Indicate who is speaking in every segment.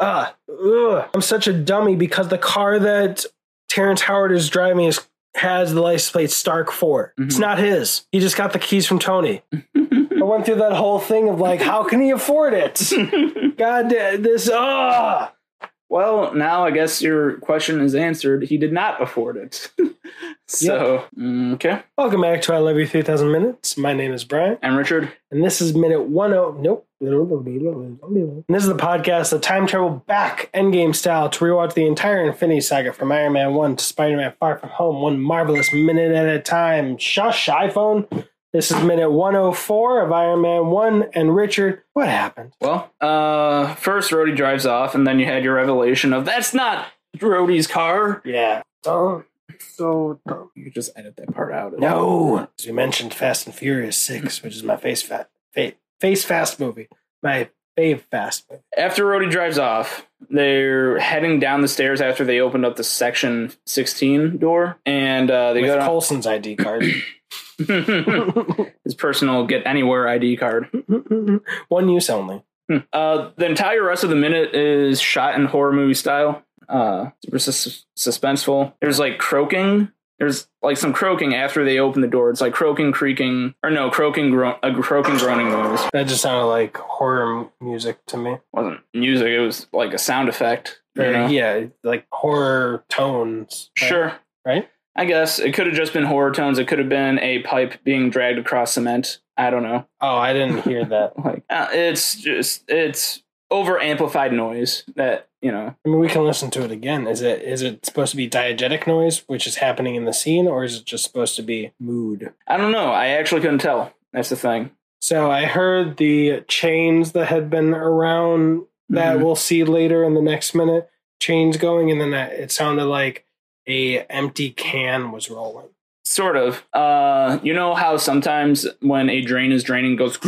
Speaker 1: Ah, ugh. I'm such a dummy because the car that Terrence Howard is driving is has the license plate Stark 4 It's
Speaker 2: Mhm.
Speaker 1: not his. He just got the keys from Tony. I went through that whole thing of like, how can he afford it? God, da- this ah.
Speaker 2: well, now I guess your question is answered. He did not afford it. so, mm, okay.
Speaker 1: Welcome back to I Love You 3000 Minutes. My name is Brian,
Speaker 2: And Richard,
Speaker 1: and this is minute 10. Nope. And this is the podcast that time travel back endgame style to rewatch the entire Infinity Saga from Iron Man 1 to Spider Man Far From Home, one marvelous minute at a time. Shush, iPhone. This is minute 104 of Iron Man 1. And Richard, what happened?
Speaker 2: well, uh, first Rhodey drives off, and then you had your revelation of that's not Rhodey's car.
Speaker 1: Yeah. Dumb. So dumb.
Speaker 2: You could just edit that part out.
Speaker 1: No, as we mentioned, Fast and Furious Six, which is my face fat fa- face fast movie, my fave fast movie.
Speaker 2: After Rhodey drives off, they're heading down the stairs after they opened up the section 16 door, and uh, they
Speaker 1: With
Speaker 2: go down.
Speaker 1: Colson's ID card.
Speaker 2: his personal get anywhere ID card.
Speaker 1: One use only.
Speaker 2: Hmm. Uh, the entire rest of the minute is shot in horror movie style. Uh, super sus- suspenseful. There's like croaking. There's like some croaking after they open the door. It's like croaking, creaking, or no, croaking, gro- a croaking, groaning noise.
Speaker 1: That just sounded like horror m- music to me.
Speaker 2: wasn't music. It was like a sound effect. you
Speaker 1: Or,
Speaker 2: know?
Speaker 1: yeah, like horror tones. right?
Speaker 2: Sure.
Speaker 1: Right?
Speaker 2: I guess it could have just been horror tones. It could have been a pipe being dragged across cement. I don't know.
Speaker 1: Oh, I didn't hear that.
Speaker 2: Like uh, it's just it's over amplified noise that you know
Speaker 1: I mean, we can listen to it again. Is it is it supposed to be diegetic noise, which is happening in the scene, or is it just supposed to be mood?
Speaker 2: I don't know. I actually couldn't tell. That's the thing.
Speaker 1: So I heard the chains that had been around that
Speaker 2: Mhm.
Speaker 1: we'll see later in the next minute, chains going, and then that, it sounded like a empty can was rolling.
Speaker 2: Sort of. Uh, you know how sometimes when a drain is draining, it goes.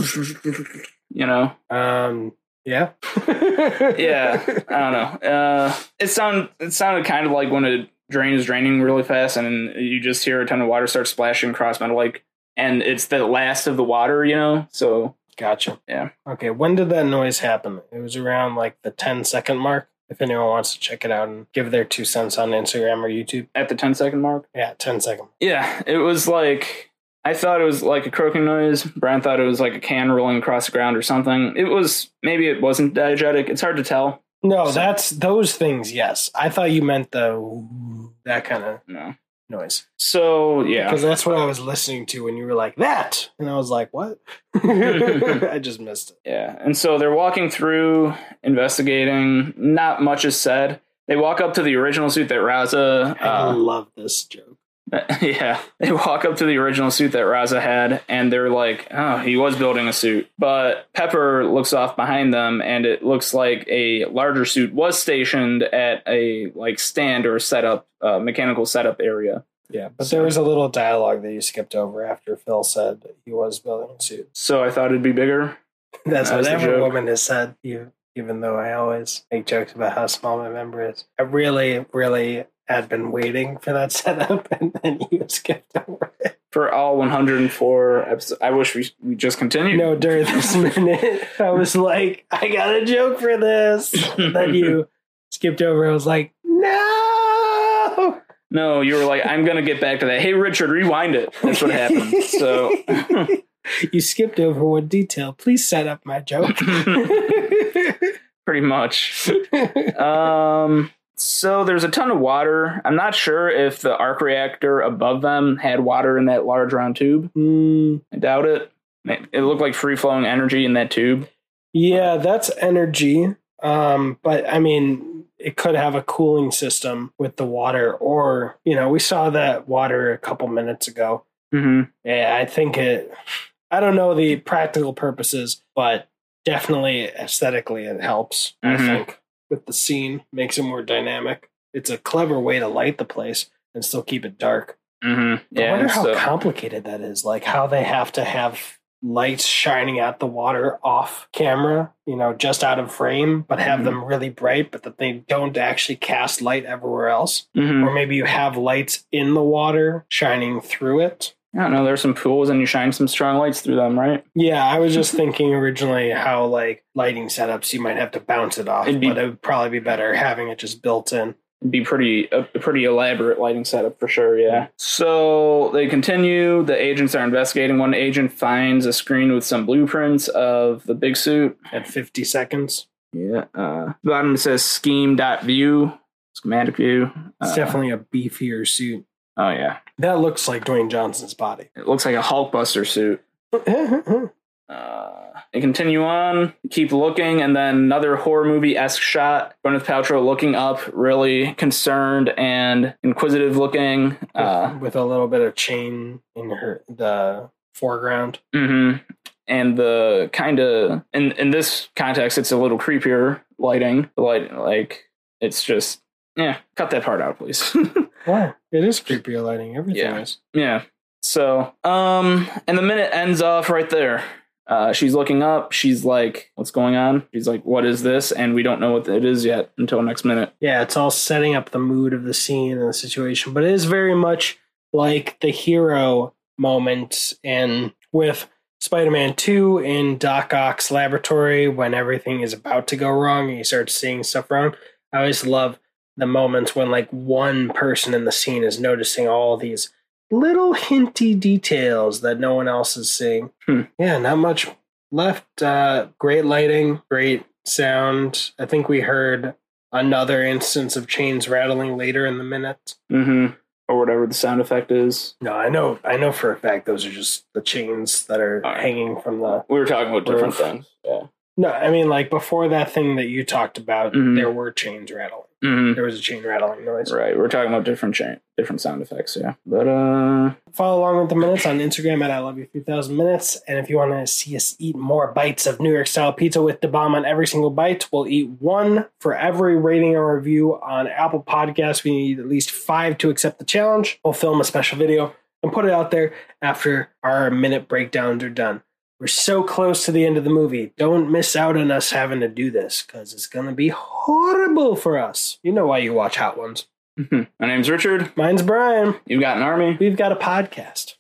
Speaker 2: You know.
Speaker 1: Um, yeah,
Speaker 2: Yeah. I don't know. Uh, it sound it sounded kind of like when a drain is draining really fast, and you just hear a ton of water start splashing across metal like, and it's the last of the water. You know. So
Speaker 1: gotcha.
Speaker 2: Yeah.
Speaker 1: Okay, when did that noise happen? It was around like the 10 second mark. If anyone wants to check it out and give their two cents on Instagram or YouTube,
Speaker 2: at the 10 second mark.
Speaker 1: yeah, 10 second.
Speaker 2: Yeah, it was like I thought it was like a croaking noise. Brian thought it was like a can rolling across the ground or something. It was maybe it wasn't diegetic. It's hard to tell.
Speaker 1: No,
Speaker 2: So-
Speaker 1: that's those things. Yes, I thought you meant the that kind of
Speaker 2: No.
Speaker 1: noise.
Speaker 2: So yeah,
Speaker 1: Because that's what I was listening to when you were like that, and I was like, "What?" I just missed it.
Speaker 2: yeah. And so they're walking through, investigating. Not much is said. They walk up to the original suit that Raza.
Speaker 1: I
Speaker 2: Uh,
Speaker 1: love this joke.
Speaker 2: yeah, they walk up to the original suit that Raza had, and they're like, "Oh, he was building a suit." But Pepper looks off behind them, and it looks like a larger suit was stationed at a like stand or setup, uh, mechanical setup area.
Speaker 1: Yeah, but there was a little dialogue that you skipped over after Phil said he was building a suit.
Speaker 2: So I thought it'd be bigger.
Speaker 1: That's
Speaker 2: That
Speaker 1: what
Speaker 2: was the
Speaker 1: every
Speaker 2: joke.
Speaker 1: woman has said. You, even though I always make jokes about how small my member is, I really, really had been waiting for that setup, and then you skipped over it.
Speaker 2: for all 104 episodes. I wish we, we just continued.
Speaker 1: No, during this minute, I was like, I got a joke for this. And then you skipped over. I was like, no.
Speaker 2: no, you were like, I'm gonna get back to that. Hey, Richard, rewind it. That's what happened. So,
Speaker 1: you skipped over one detail. Please set up my joke.
Speaker 2: pretty much. Um, so there's a ton of water. I'm not sure if the arc reactor above them had water in that large round tube.
Speaker 1: Mm,
Speaker 2: I doubt it. It it looked like free flowing energy in that tube.
Speaker 1: yeah, that's energy. Um, but I mean, it could have a cooling system with the water, or you know, we saw that water a couple minutes ago.
Speaker 2: Mm-hmm.
Speaker 1: Yeah, I think it. I don't know the practical purposes, but definitely aesthetically it helps. I
Speaker 2: Mhm.
Speaker 1: think with the scene makes it more dynamic. It's a clever way to light the place and still keep it dark.
Speaker 2: Mm-hmm.
Speaker 1: I
Speaker 2: Yeah.
Speaker 1: wonder how
Speaker 2: so-
Speaker 1: complicated that is. Like how they have to have lights shining at the water off camera, you know, just out of frame, but have
Speaker 2: Mhm.
Speaker 1: them really bright, but that they don't actually cast light everywhere else
Speaker 2: Mhm.
Speaker 1: or maybe you have lights in the water shining through it
Speaker 2: I don't know. There's some pools, and you shine some strong lights through them, right?
Speaker 1: Yeah, I was just thinking originally how like lighting setups you might have to bounce it off,
Speaker 2: It'd be-
Speaker 1: but it would probably be better having it just built in.
Speaker 2: It'd be pretty a a pretty elaborate lighting setup for sure. Yeah. So they continue. The agents are investigating. One agent finds a screen with some blueprints of the big suit.
Speaker 1: at 50 seconds.
Speaker 2: Yeah. Uh, bottom it says scheme dot view, schematic view.
Speaker 1: It's
Speaker 2: Uh,
Speaker 1: definitely a beefier suit.
Speaker 2: Oh yeah,
Speaker 1: That looks like Dwayne Johnson's body.
Speaker 2: it looks like a Hulkbuster suit. Uh, and continue on, keep looking, and then another horror movie esque shot. Gwyneth Paltrow looking up, really concerned and inquisitive looking. Uh,
Speaker 1: with a little bit of chain in her the foreground.
Speaker 2: hmm And the kind of in in this context, it's a little creepier lighting. The light, like it's just yeah. Cut that part out, please.
Speaker 1: Wow, it is creepier lighting. Everything
Speaker 2: Yeah.
Speaker 1: is.
Speaker 2: Yeah. So, um, and the minute ends off right there. Uh, she's looking up. She's like, "What's going on?" She's like, "What is this?" And we don't know what it is yet until next minute.
Speaker 1: Yeah, it's all setting up the mood of the scene and the situation, but it is very much like the hero moment in with Spider-Man 2 in Doc Ock's laboratory when everything is about to go wrong and you start seeing stuff wrong. I always love the moments when like one person in the scene is noticing all these little hinty details that no one else is seeing.
Speaker 2: Hmm.
Speaker 1: Yeah, not much left. Uh, great lighting, great sound. I think we heard another instance of chains rattling later in the minute.
Speaker 2: Mm-hmm. Or whatever the sound effect is.
Speaker 1: No, I know, I know for a fact those are just the chains that are
Speaker 2: All right.
Speaker 1: hanging from the.
Speaker 2: We were talking about
Speaker 1: different
Speaker 2: things. Yeah.
Speaker 1: No, I mean like before that thing that you talked about,
Speaker 2: Mhm.
Speaker 1: there were chains rattling.
Speaker 2: hmm
Speaker 1: There was a chain rattling noise.
Speaker 2: Right. We're talking about different cha- different sound effects. Yeah. But uh,
Speaker 1: Follow along with the minutes on Instagram at I Love You 3000 Minutes. And if you want to see us eat more bites of New York style pizza with the bomb on every single bite, we'll eat one for every rating or review on Apple Podcasts. We need at least five to accept the challenge. We'll film a special video and put it out there after our minute breakdowns are done. We're so close to the end of the movie. Don't miss out on us having to do this because it's going to be horrible for us. You know why you watch Hot Ones.
Speaker 2: my name's Richard.
Speaker 1: Mine's Brian.
Speaker 2: You've got an army.
Speaker 1: We've got a podcast.